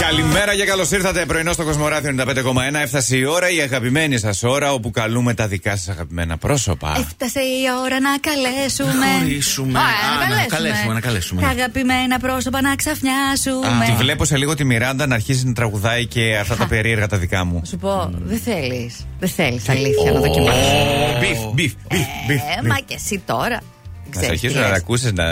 Καλημέρα και καλώς ήρθατε. Πρωινό στο Κοσμοράδιο 95,1. Έφτασε η ώρα, η αγαπημένη σας ώρα, όπου καλούμε τα δικά σας αγαπημένα πρόσωπα. Έφτασε η ώρα να καλέσουμε. Χωρίσουμε. Α, Α, να καλέσουμε, να καλέσουμε, Τα ναι. αγαπημένα πρόσωπα να ξαφνιάσουμε. Τη βλέπω σε λίγο τη Μιράντα να αρχίσει να τραγουδάει και αυτά τα περίεργα τα δικά μου. Σου πω, δεν θέλεις. Δεν θέλεις αλήθεια να δοκιμάσεις. Μπιφ, μπιφ, Ε, μπιφ, μπιφ. Ε, μα και εσύ τώρα. Δεν Να σε ξέρεις τι αρχίσω να λες. ακούσεις, να,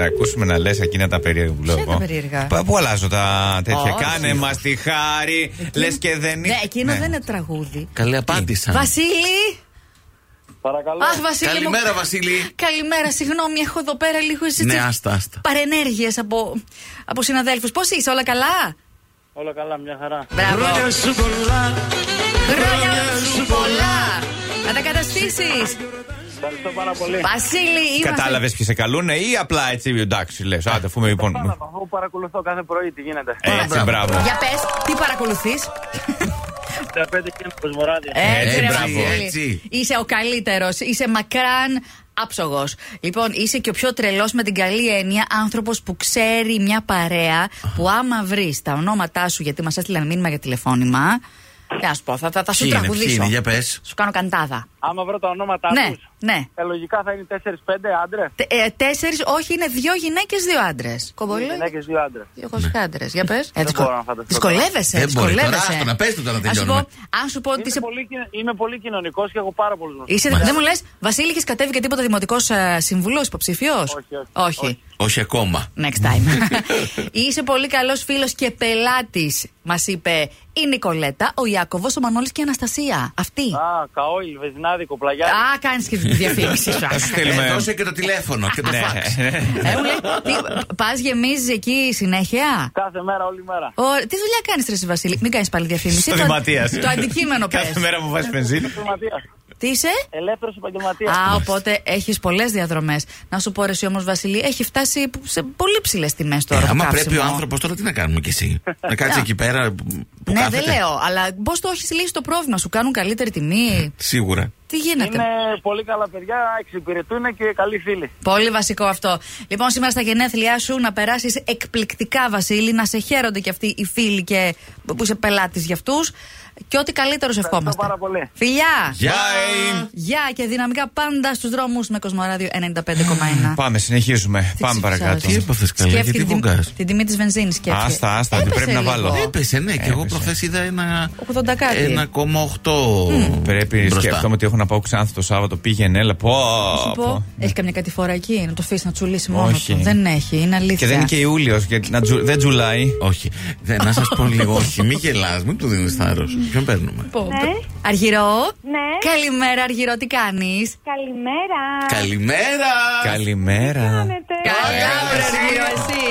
να ακούσουμε να λες εκείνα τα περίεργα που λέω Ποια τα εγώ. περίεργα? Πα- Πού αλλάζω τα τέτοια. Όχι. Κάνε μας τη χάρη, λες και δεν είναι. Ναι, εκείνο δεν είναι τραγούδι. Καλή απάντησα. Βασίλη! Παρακαλώ. Αχ, Βασίλη. μου- Καλημέρα, Βασίλη. Καλημέρα, συγγνώμη, έχω εδώ πέρα λίγο εσύ. Ναι, άστα, άστα. Παρενέργειες από, από συναδέλφους. Πώς είσαι, όλα καλά. Όλα καλά, μια χαρά. Μπράβο. Χρόνια σου πολλά. Χρόνια σου πολλά. Να τα καταστήσεις. Ευχαριστώ πάρα πολύ. Βασίλη, είμαστε. Κατάλαβες ποιοι σε καλούνε ή απλά έτσι εντάξει λες. Άντε, αφού με λοιπόν. Κατάλαβα, εγώ παρακολουθώ κάθε πρωί τι γίνεται. Έτσι, μπράβο. Για πες, τι παρακολουθείς. 65 και ένα κοσμοράδιο. Έτσι, ρε, μπράβο, Ε, Βασίλη. έτσι. Είσαι ο καλύτερος. Είσαι μακράν άψογος. Λοιπόν, είσαι και ο πιο τρελός με την καλή έννοια άνθρωπος που ξέρει μια παρέα που άμα βρεις τα ονόματά σου, γιατί μας έστειλαν μήνυμα για τηλεφώνημα. Τι να σου πω, θα, θα, θα σου Ποιοι είναι, ποιοι τραγουδήσω. είναι, για πες. Σου κάνω καντάδα. Άμα βρω τα ονόματά Ναι, τους, ναι. ε, λογικά θα είναι 4-5 άντρε. Τε- ε, Τέσσερις, όχι, είναι δύο γυναίκες, δύο άντρες. Κομπολί. Γυναίκες, δύο άντρες. Δύο χωρίς άντρες. Για πες. μπορώ να φανταστώ. Δυσκολεύεσαι. Ναι. Δεν μπορεί τώρα, δυσκολεύεσαι. άστο, να πες το τώρα, Ας σου τελειώνουμε. πω, Αν σου πω ότι Είμαι, είσαι. πολύ, κοινο- είμαι πολύ κοινωνικός και έχω πάρα πολλούς γνωστού. είσαι- δεν μου λες, Βασίλη, έχει κατέβει και τίποτα ε, δημοτικό συμβουλός, υποψηφίος. Όχι, όχι, όχι. Όχι ακόμα. Next time. είσαι πολύ καλός φίλος και πελάτης, μας είπε η Νικολέτα, ο Ιάκωβος, ο Μανώλης και η Αναστασία. Αυτή. Α, καόιλ, βεζινάδικο, πλαγιά. Α, κάνεις και τη διαφήμιση σου. Θα σου Ε, στείλουμε. δώσε και το τηλέφωνο και το Ναι. φάξ. ε, μου λέει, πας γεμίζεις εκεί συνέχεια. Κάθε μέρα, όλη μέρα. Ω, τι δουλειά κάνεις, Τρεσί Βασίλη. Μην κάνεις πάλι διαφήμιση. Στο Δηματίας. το αντικείμενο πε. Κάθε μέρα μου βάζει πενζίνη. Επαγγελματία. Τι είσαι. Ελεύθερος επαγγελματίας. Α, οπότε έχεις πολλές διαδρομές. Να σου πω ρε, εσύ όμως, Βασίλη, έχει φτάσει σε πολύ ψηλές τιμές Ε, τώρα. το άμα καύσιμο. πρέπει ο άνθρωπος τώρα τι να κάνουμε κι εσύ. Να κάτσει Ναι. εκεί πέρα που που Ναι, δεν κάθεται. λέω, αλλά πώ το έχεις λύσει το πρόβλημα, σου κάνουν καλύτερη τιμή. Σίγουρα. Τι γίνεται. Είναι πολύ καλά παιδιά, εξυπηρετούν και καλοί φίλοι. Πολύ βασικό αυτό. Λοιπόν, σήμερα στα γενέθλιά σου να περάσεις εκπληκτικά, Βασίλη, να σε χαίρονται και αυτοί οι φίλοι και που είσαι πελάτης για αυτούς. Και ό,τι καλύτερο σου ευχόμαστε. πάρα πολύ. Φιλιά! Γεια! Γεια και δυναμικά πάντα στους δρόμους με Κοσμοράδιο 95,1. Πάμε, συνεχίζουμε. Πάμε ξυφιάζεις. παρακάτω. Τι έπαθες καλά, Σκέφτηκε γιατί την, βουγκάς. την τιμή της βενζίνης και Άστα, άστα, ότι πρέπει να βάλω. Έπεσε, ναι, και εγώ Έπεσε. προχθές είδα ένα. 80 Ε. κάτι. 1,8. Πρέπει μπροστά. σκέφτομαι ότι έχω να πάω ξανά το Σάββατο. Πήγαινε, έλα. Πω, πω. Έχει καμιά κατηφορά εκεί, να το αφήσεις να τσουλήσει μόνο Όχι. του. Δεν έχει, είναι αλήθεια. Και δεν είναι και Ιούλιος, γιατί να τζου- δεν τζουλάει. Όχι. Δεν, να σας πω λίγο, όχι. Μην γελάς, μην του δίνεις θάρρος. Ποιον παίρνουμε. Πω, Λοιπόν, Αργυρό. Ναι. Καλημέρα, Αργυρό, τι κάνεις. Καλημέρα. Καλημέρα! Καλημέρα. Κάνετε. Καλά, βρε, Αργυρό, εσύ.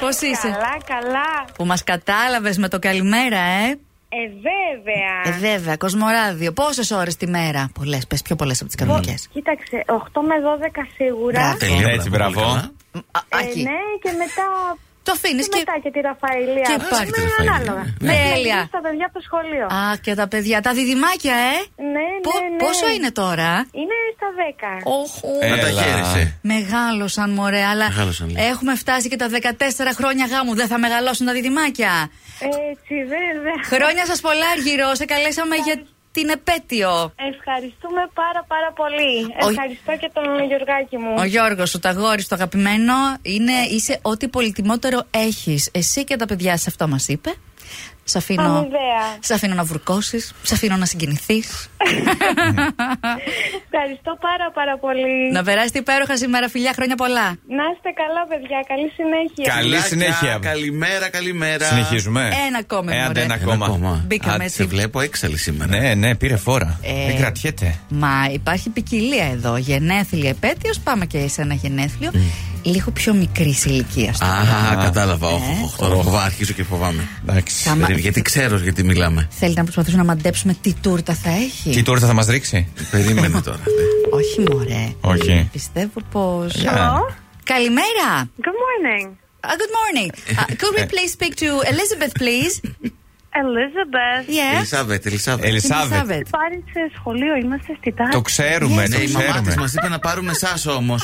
Πώ είσαι. Καλά, καλά. Που μας κατάλαβες με το καλημέρα, ε. Ε, βέβαια. Ε, βέβαια, Κοσμοράδιο. Πόσες ώρες τη μέρα. Πολλές, πες πιο πολλές από Ε, τι κανονικές. Κοίταξε, 8 με 12 σίγουρα. Μπράβο. Τέλεια, Έτσι, μπράβο. πολύ καλά. Ε, ναι, και μετά. Το αφήνεις Και και. μετά και τη Ραφαηλία. και Ναι, πάρτι. Τέλεια, Ραφαήλ. ανάλογα. Ναι. Τέλεια. Στα παιδιά από το σχολείο. Αχ, και τα παιδιά. Τα διδυμάκια, ε. Ναι, ναι, Πο- ναι. Πόσο είναι τώρα. Είναι στα 10. Οχ, ου. Ε, Να τα Έλα. χαίρεσαι. Μεγάλωσαν μωρέ, αλλά Μεγάλωσαν, λέει. έχουμε φτάσει και τα 14 χρόνια γάμου. Δεν θα μεγαλώσουν τα διδυμάκια. Έτσι, βέβαια. Χρόνια σας πολλά, Αργυρό. Σε καλέσαμε για την επέτειο. Ευχαριστούμε πάρα πάρα πολύ. Ο- Ευχαριστώ και τον Γιωργάκη μου. Ο Γιώργος, ο Ταγόρης, το αγαπημένο, είναι, είσαι ό,τι πολυτιμότερο έχεις. Εσύ και τα παιδιά σε αυτό μας είπε. Σ' αφήνω, Αμοιβαία. σ' αφήνω να βουρκώσεις, σ' αφήνω να συγκινηθείς. Ευχαριστώ πάρα πάρα πολύ. να περάσετε υπέροχα σήμερα, φιλιά, χρόνια πολλά. Να είστε καλά, παιδιά. Καλή συνέχεια. Καλή Φιλάκια, συνέχεια. Καλημέρα, καλημέρα. Συνεχίζουμε. Ένα ακόμα, Ε, άντε, μωρέ. ένα Ένα ακόμα. ακόμα. Μπήκαμε Άντε, έτσι. Σε βλέπω έξαλλη σήμερα. Ναι, ναι, πήρε φόρα. Ε. Δεν κρατιέται. Μα υπάρχει ποικιλία εδώ. Γενέθλια επέτειος, πάμε και σε ένα γενέθλιο. Λίγο πιο μικρή ηλικία. Α, κατάλαβα. Οχ, οχ, τώρα φοβά- αρχίζω και φοβάμαι. Εντάξει. Ε. Άμα- Περίμενε, Γιατί ξέρω γιατί μιλάμε. Θέλει να προσπαθήσω να μαντέψουμε τι τούρτα θα έχει. Τι τούρτα θα μας ρίξει. Περίμενε τώρα. Όχι, μωρέ. Όχι. Πιστεύω πως. Hello. Καλημέρα. Good morning. Uh, good morning. Uh, could we please speak to Elizabeth, please? Elizabeth. Yeah. Ελισάβετ, Ελισάβετ. Ελισάβετ. Elizabeth. Πάρει σε σχολείο, είμαστε στη τάξη. Το ξέρουμε, Ναι, το η μαμά ξέρουμε. της μας είπε να πάρουμε εσάς όμως.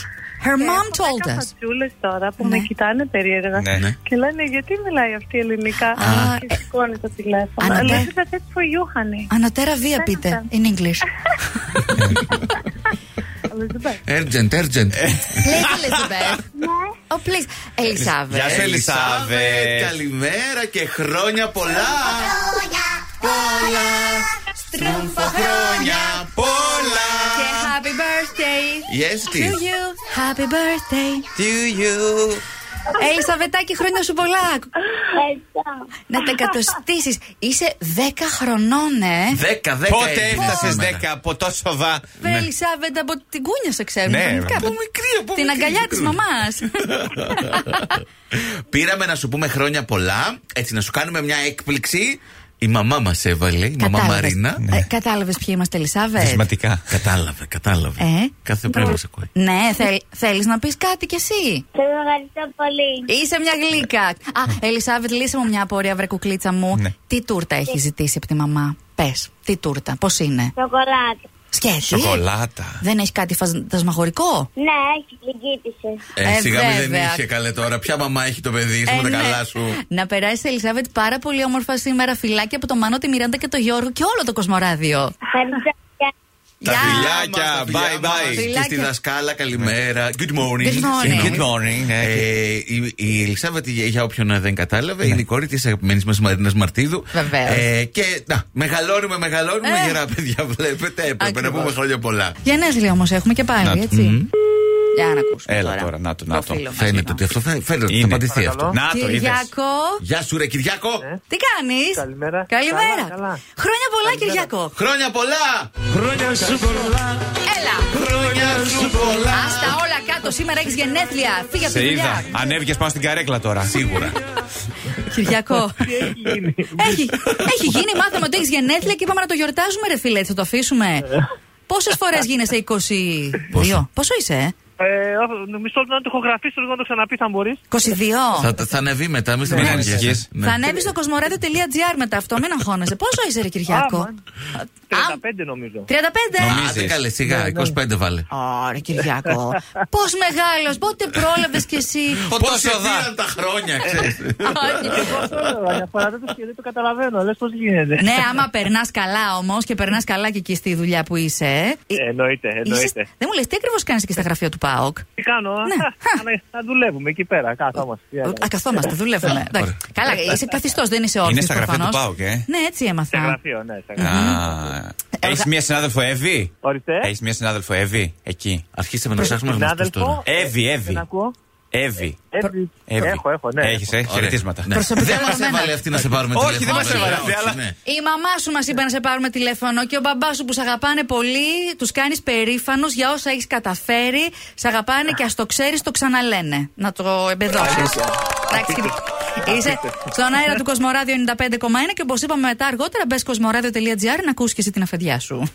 Her Και mom έχω told δέκα us. φατσούλες τώρα που Ναι. με κοιτάνε περίεργα Ναι. Ναι. και λένε γιατί μιλάει αυτή ελληνικά Α, και σηκώνει το τηλέφωνο. Ανατέ- Elizabeth, that's for you, honey. Ανατέρα βία πείτε. In English. Elizabeth. Urgent, urgent. Ε, Λέει Elizabeth. Oh, please. Ελισάβε. Γεια σου, Ελισάβε. Καλημέρα και χρόνια πολλά. Πολλά. Στρουμφοχρόνια πολλά. Και happy birthday to Yes, τι. you. Happy birthday. To you. Ελισαβετάκη, χρόνια σου πολλά. Να τα εκατοστήσεις. Είσαι 10 χρονών, ε. Δέκα, δέκα. Πότε έγινε έφτασε σήμερα. 10 από τόσο βα. ναι. Βέβαια, Ελισάβετ, από την κούνια σε ξέρουμε. Ναι, κανονικά. από μικρή, από Την μικρή, αγκαλιά μικρούλα. της μαμάς. Πήραμε να σου πούμε χρόνια πολλά, έτσι να σου κάνουμε μια έκπληξη. Η μαμά μας έβαλε, η μαμά Μαρίνα. Ναι. Ναι. Κατάλαβες Ε, ποιοι είμαστε, Ελισάβετ. Δυσματικά. Κατάλαβε, κατάλαβε. Ε. Κάθε πρέπει να σε ακούει. Ναι, θέλ, θέλεις να πεις κάτι κι εσύ. Σε ευχαριστώ πολύ. Είσαι μια γλύκα. Α, Ελισάβετ, λύσε μου μια απορία, βρε κουκλίτσα μου. Ναι. Τι τούρτα έχει ζητήσει από τη μαμά. Πες, τι τούρτα, πώς είναι. Σοκολάτα. Σκέτη. Σοκολάτα. Δεν έχει κάτι φαντασμαγορικό. Ναι, έχει πληγήτησε. Ε, Ε, σιγά μη δεν βέβαια. είχε καλέ τώρα. Ποια μαμά έχει το παιδί σου Ε, με τα ναι. καλά σου. Να περάσει, Ελισάβετ, πάρα πολύ όμορφα σήμερα. Φιλάκια από το Μανώ, τη Μιράντα και το Γιώργο και όλο το Κοσμοράδιο. Ευχαριστώ. Γεια. Τα Γεια. φιλάκια. Φιλιά Bye μας bye. Φιλάκια. Και στη δασκάλα, καλημέρα. Good morning. Good morning. Good morning, ναι. Ε, η, η Ελισάβετ, για- για όποιον δεν κατάλαβε, είναι η κόρη της αγαπημένης μας Μαρίνας Μαρτίδου. Ναι. Βεβαίως. Ε, και να, μεγαλώνουμε, μεγαλώνουμε. Ε. Γερά, παιδιά, βλέπετε. Έπρεπε να Ακριβώς. πούμε χρόνια πολλά. Γενέθλια όμως έχουμε και πάλι, Να το. έτσι. Για να ακούσουμε. Έλα τώρα, να το, να το. φίλο μας, Φαίνεται λοιπόν. ότι αυτό θα, φαίνεται ότι θα Είναι. απαντηθεί Παρακαλώ. αυτό. Να το είδες. Κυριακό, Γεια σου, ρε Κυριακό! τι κάνεις. Καλημέρα. Καλημέρα. Καλά, καλά. Χρόνια πολλά, Κυριακό. Χρόνια πολλά! Έλα. Χρόνια σου πολλά! Άστα όλα κάτω. Σήμερα έχεις γενέθλια. Φύγε από τη Σε είδα. δουλειά. Ανέβηκε πάνω στην καρέκλα τώρα. Σίγουρα. Κυριακό. έχει, έχει γίνει. Μάθαμε ότι έχεις γενέθλια και είπαμε να το γιορτάζουμε, ρε φίλε. έτσι Θα το αφήσουμε. Πόσες φορές γίνεσαι 22. Πόσο? Πόσο είσαι, ε? Ε, μισό λεπτό να το έχω γραφήσει, λίγο να το ξαναπείς αν μπορείς. 22. θα, θα ανεβεί μετά, μην Ναι. ανησυχείς. Ναι. Θα ανέβει στο κοσμοράδιο.gr μετά αυτό. Μην αγχώνεσαι. Πόσο είσαι, ρε Κυριακό. Άμα. Α, 35 νομίζω. 35. Νομίζω. Άντε καλές, σιγά, 25 βάλε. Ωραία, Κυριακό. Πώς μεγάλος, πότε πρόλαβες κι εσύ. Πόσο λοιπόν, σε δα. πήραν τα χρόνια, ξέρεις. Όχι. Παρά δεν το, δεν το καταλαβαίνω, λες πώς γίνεται. ναι, άμα περνάς καλά όμως και περνάς καλά και εκεί στη δουλειά που είσαι. ε. Ε, Εννοείται, Είσαι- εννοείται. δεν μου λες, τι ακριβώς κάνεις και στα γραφεία του ΠΑΟΚ. Τι κάνω, α, Ναι. αλλά θα δουλεύουμε εκεί πέρα, κάθόμαστε. Τι άλλο. Ε, Α, καθόμαστε, δουλεύουμε. Εντάξει. Καλά, είσαι καθιστό, δεν είσαι όρθιο. Είναι στα γραφεία του ΠΑΟΚ, ε. Ναι, έτσι Σε έμαθα. γραφείο, ναι, σε γραφείο. Ε, Έχεις μία συνάδελφο Εύη. Ορίστε. Έχεις μία συνάδελφο Εύη εκεί. Αρχίσαμε να ψάχνουμε γνωστούς Συνάδελφο. τώρα. Εύη, Ε, Δεν Εύη. ακούω. Ε, Εύη. Εύη. Εύη. Έχω, έχω, ναι. Έχεις, ε, Ωραία. χαιρετίσματα. Ναι. Προσωπικά Δεν μας δεδομένα. έβαλε αυτή να σε πάρουμε Όχι, τηλέφωνο. δεν μας βέβαια. έβαλε αυτή, Όχι, αλλά- ναι. Η μαμά σου μας είπε να σε πάρουμε τηλέφωνο και ο μπαμπάς σου που σε αγαπάνε πολύ, τους κάνεις περήφανου για όσα έχεις καταφέρει. Σε αγαπάνε και ας το ξέρεις, το ξαναλένε. Να το εμπεδώσεις. Εντάξει. Είσαι στον αέρα του Κοσμοράδιο 95,1 και όπως είπαμε μετά αργότερα, μπες κοσμοράδιο.gr να ακούσει και εσύ την αφεντιά σου.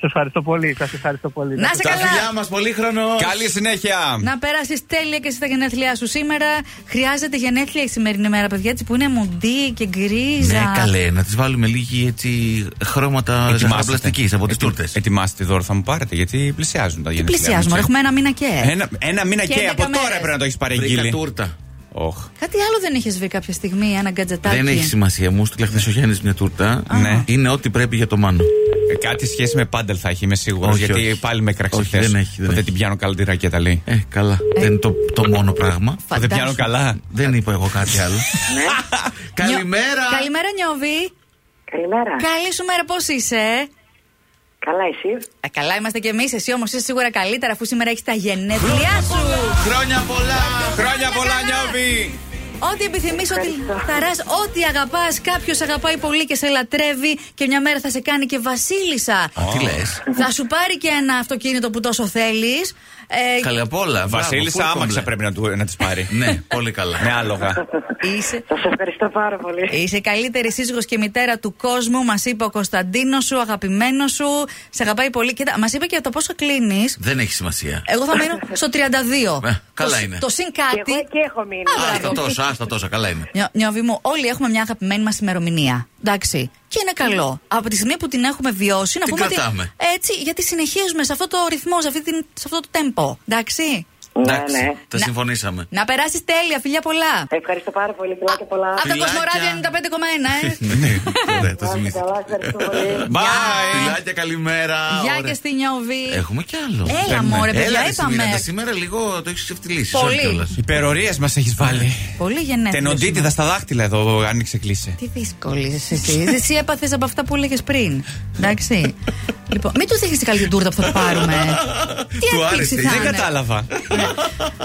Σας ευχαριστώ πολύ, σας ευχαριστώ πολύ. να σε Τα καλά! φιλιά μας, πολύ χρόνο. Καλή συνέχεια. Να περάσεις τέλεια και εσύ τα γενέθλιά σου σήμερα. Χρειάζεται γενέθλια η σημερινή μέρα, παιδιά, έτσι που είναι μουντή και γκρίζα. Ναι, καλέ, να τη βάλουμε λίγη έτσι χρώματα Ετοιμάστε. ζαχαροπλαστικής από τις Ετι- τούρτες. Ετοιμάστε τη δώρα που θα μου πάρετε, γιατί πλησιάζουν τα γενέθλια. Πλησιάζουμε, μου, ξέρεις. ρε, έχουμε ένα μήνα Ε, και. ναι. Ένα, ένα μήνα Και και, δέκα από τώρα μέρες. πρέπει να το έχεις Βρήκα παρεγγείλει. τούρτα. Οχ. Κάτι άλλο δεν είχες βρει κάποια στιγμή, ένα γκατζετάκι. Δεν έχει σημασία. Μου στείλε χθες ο Γιάννης μια τούρτα. Ναι. Είναι ό,τι πρέπει για το μάνο. Ε, Κάτι σχέση με πάντελ θα έχει, είμαι σίγουρος. Όχι, Γιατί όχι. πάλι με κραξεί Όχι, δεν έχει, δεν έχει. την πιάνω καλά τη ρακέτα, λέει. Ε, καλά. Δεν είναι το, το μόνο πράγμα. Φα- Δεν πιάνω Φαντάσου. καλά. Δεν είπα εγώ κάτι άλλο. Ναι. Νιο- Καλημέρα! Καλημέρα, Νιώβη. Καλημέρα. Καλή σου μέρα, πώς είσαι. Καλά, εσύ. Ε, καλά είμαστε κι εμείς. Εσύ όμως είσαι σίγουρα καλύτερα, αφού σήμερα έχεις τα γενέθλιά σου. Χρόνια πολλά! Χρόνια πολλά, Νιώβη! Ό,τι επιθυμείς, ό,τι ταρά, ό,τι αγαπάς. Κάποιος αγαπάει πολύ και σε λατρεύει και μια μέρα θα σε κάνει και βασίλισσα. Α, Τι λες. θα σου πάρει και ένα αυτοκίνητο που τόσο θέλεις. Ε, Καλή απ' όλα. Μπράβο, Βασίλισσα, full άμαξα complete. πρέπει να, του- να της πάρει. Ναι, πολύ καλά. Με άλογα. είσαι, Σας ευχαριστώ πάρα πολύ. Είσαι η καλύτερη σύζυγος και μητέρα του κόσμου, μας είπε ο Κωνσταντίνος σου, αγαπημένος σου. Σε αγαπάει πολύ. Κοίτα, μας είπε και το πόσο κλείνεις. Δεν έχει σημασία. Εγώ θα μείνω στο 32. Ε, καλά το, σ- είναι. Το συν Και εγώ κάτι. εκεί έχω μείνει. Α, μπράβο. Άστα τόσα, άστα τόσα, καλά είναι. Νιώ- Νιώβη μου, όλοι έχουμε μια αγαπημένη μας ημερομηνία. Εντάξει. Και είναι καλό. Από τη στιγμή που την έχουμε βιώσει, να Την πούμε. κρατάμε. Ότι, έτσι, γιατί συνεχίζουμε σε αυτό το ρυθμό, σε, αυτή την, σε αυτό το τέμπο. Εντάξει. Ε, Ναι, Εντάξει, ναι. τα συμφωνήσαμε. Να περάσεις τέλεια, φιλιά πολλά. Ευχαριστώ πάρα πολύ. Φιλάκια πολλά. Από το φιλάκια. Κοσμοράδιο 95,1, ε. Ναι, ωραία, το Να είστε θυμήθηκα. καλά, ευχαριστώ πολύ. Bye! Φιλάκια, καλημέρα. Γεια Ωραία. και στη Νιώβη. Έχουμε κι άλλο. Έλα, Παίρνουμε. μωρέ, παιδιά, Έλα, ρε, είπαμε. Σιμίνα, τα σήμερα λίγο το έχεις ξεφτυλίσει. Πολύ. sorry κιόλας. Υπερορίες μας έχεις βάλει. Πολύ γενναιόδορο. Τενοντίτιδα στα δάχτυλα εδώ, άνοιξε κλείσε. Τι δύσκολη είσαι εσύ. εσύ έπαθες από αυτά που έλεγες πριν. Εντάξει. λοιπόν, μην τους δείχνεις καλή την τούρτα που θα πάρουμε. τι Του έκπληξη άρεσε, θα Δεν είναι. κατάλαβα.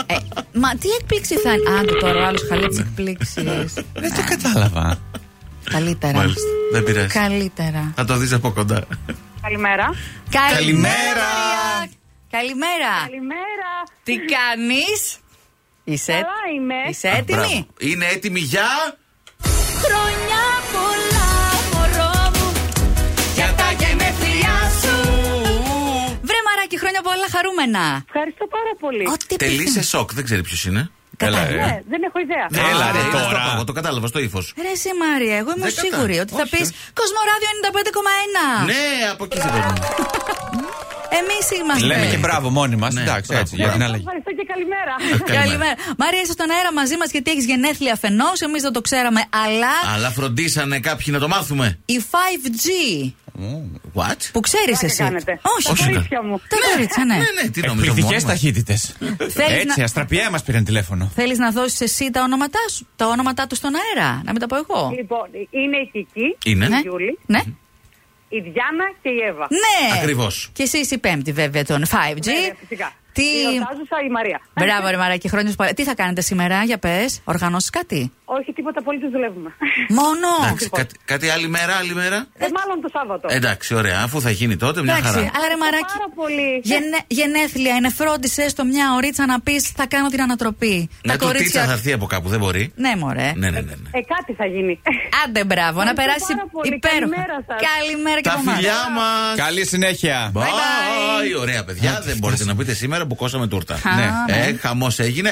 Ε, μα τι έκπληξη θα είναι. Άντε τώρα, ο άλλος χαλεί Ναι. τι εκπλήξεις. Δεν το κατάλαβα. Καλύτερα. Μάλιστα. Δεν πειράζει. Καλύτερα. Θα το δεις από κοντά. Καλημέρα. Καλημέρα. Μαρία. Καλημέρα. Καλημέρα. Τι κάνεις. Είσαι, Καλά είμαι. είσαι έτοιμη. Μπράβο. Είναι έτοιμη για. Χρόνια πολλά, μωρό μου. Για τα γενέθλιά σου. Βρε μαράκι, χρόνια πολλά χαρούμενα. Ευχαριστώ πάρα πολύ. Ό,τι Τελή σε επιθυμείς. σοκ, δεν ξέρει ποιος είναι. Κατάλαβα. Έλα, Ναι, ρε. δεν έχω ιδέα. Ναι. Έλα, Α, ρε, είναι στο τώρα. πάγο, Το κατάλαβα στο ύφος. Ρε εσύ Μαρία, εγώ είμαι Δεν κατάλαβα. σίγουρη ότι θα Όχι, πεις όχι. Κοσμοράδιο 95,1. Ναι, από εκεί σε παίρνουμε. Εμείς είμαστε. Λέμε και μπράβο μόνοι μας. Ναι, Εντάξει, μπράβο, έτσι, για την μπράβο. αλλαγή. Ευχαριστώ και καλημέρα. Καλημέρα. Μαρία, είσαι στον αέρα μαζί μας γιατί έχεις γενέθλια αφενός Εμείς δεν το ξέραμε, αλλά Αλλά φροντίσανε κάποιοι να το μάθουμε. η 5G What? που ξέρεις εσύ. κάνετε. Όχι, Όχι, Τα ναι. κορίτσια μου. τα κορίτσια, ναι. Ναι, ναι, τι νομίζω. Εκπληκτικές μόνο μας. ταχύτητες. Θέλεις Έτσι, να- αστραπιά μας πήραν τηλέφωνο. Θέλεις να δώσεις εσύ τα όνοματά σου, τα όνοματά τους στον αέρα, να μην τα πω εγώ. Λοιπόν, είναι η Κική, Είναι. η Ναι. Γιούλη, Ναι. η Διάνα και η Εύα. Ναι. Ε. Ακριβώς. Και εσύ είσαι η πέμπτη βέβαια των 5G. Βέβαια, Ναι, φυσικά. Τι... Η Ρωτάζουσα, η Μαρία. Μπράβο, ρε Μαράκη, χρόνια σου πολλά. Τι θα κάνετε σήμερα, για πες, οργανώσεις κάτι. Όχι τίποτα, απολύτω δουλεύουμε. Μόνο. Εντάξει, Λοιπόν. κάτι, κάτι άλλη μέρα, άλλη μέρα. Ε, μάλλον το Σάββατο. Εντάξει, ωραία, αφού θα γίνει τότε, μια Εντάξει, χαρά. αλλά ρε Μαράκη. Πάρα πολύ. γενε- γενέθλια είναι, φρόντισε στο μια ωρίτσα να πεις θα κάνω την ανατροπή. Να του τίτσα θα έρθει από κάπου, δεν μπορεί. Ναι, μωρέ. Ναι, ναι, ναι. ναι. Ε, κάτι θα γίνει. Άντε, μπράβο, να Ευχαριστώ περάσει πάρα πολύ. υπέροχα. Καλημέρα σας. Καλημέρα και Τα από εμάς. φιλιά μας. Καλή συνέχεια. Bye. Ωραία, παιδιά. Δεν μπορείτε να πείτε σήμερα που κόσαμε τούρτα. Α, Ναι. Ε, χαμός έγινε.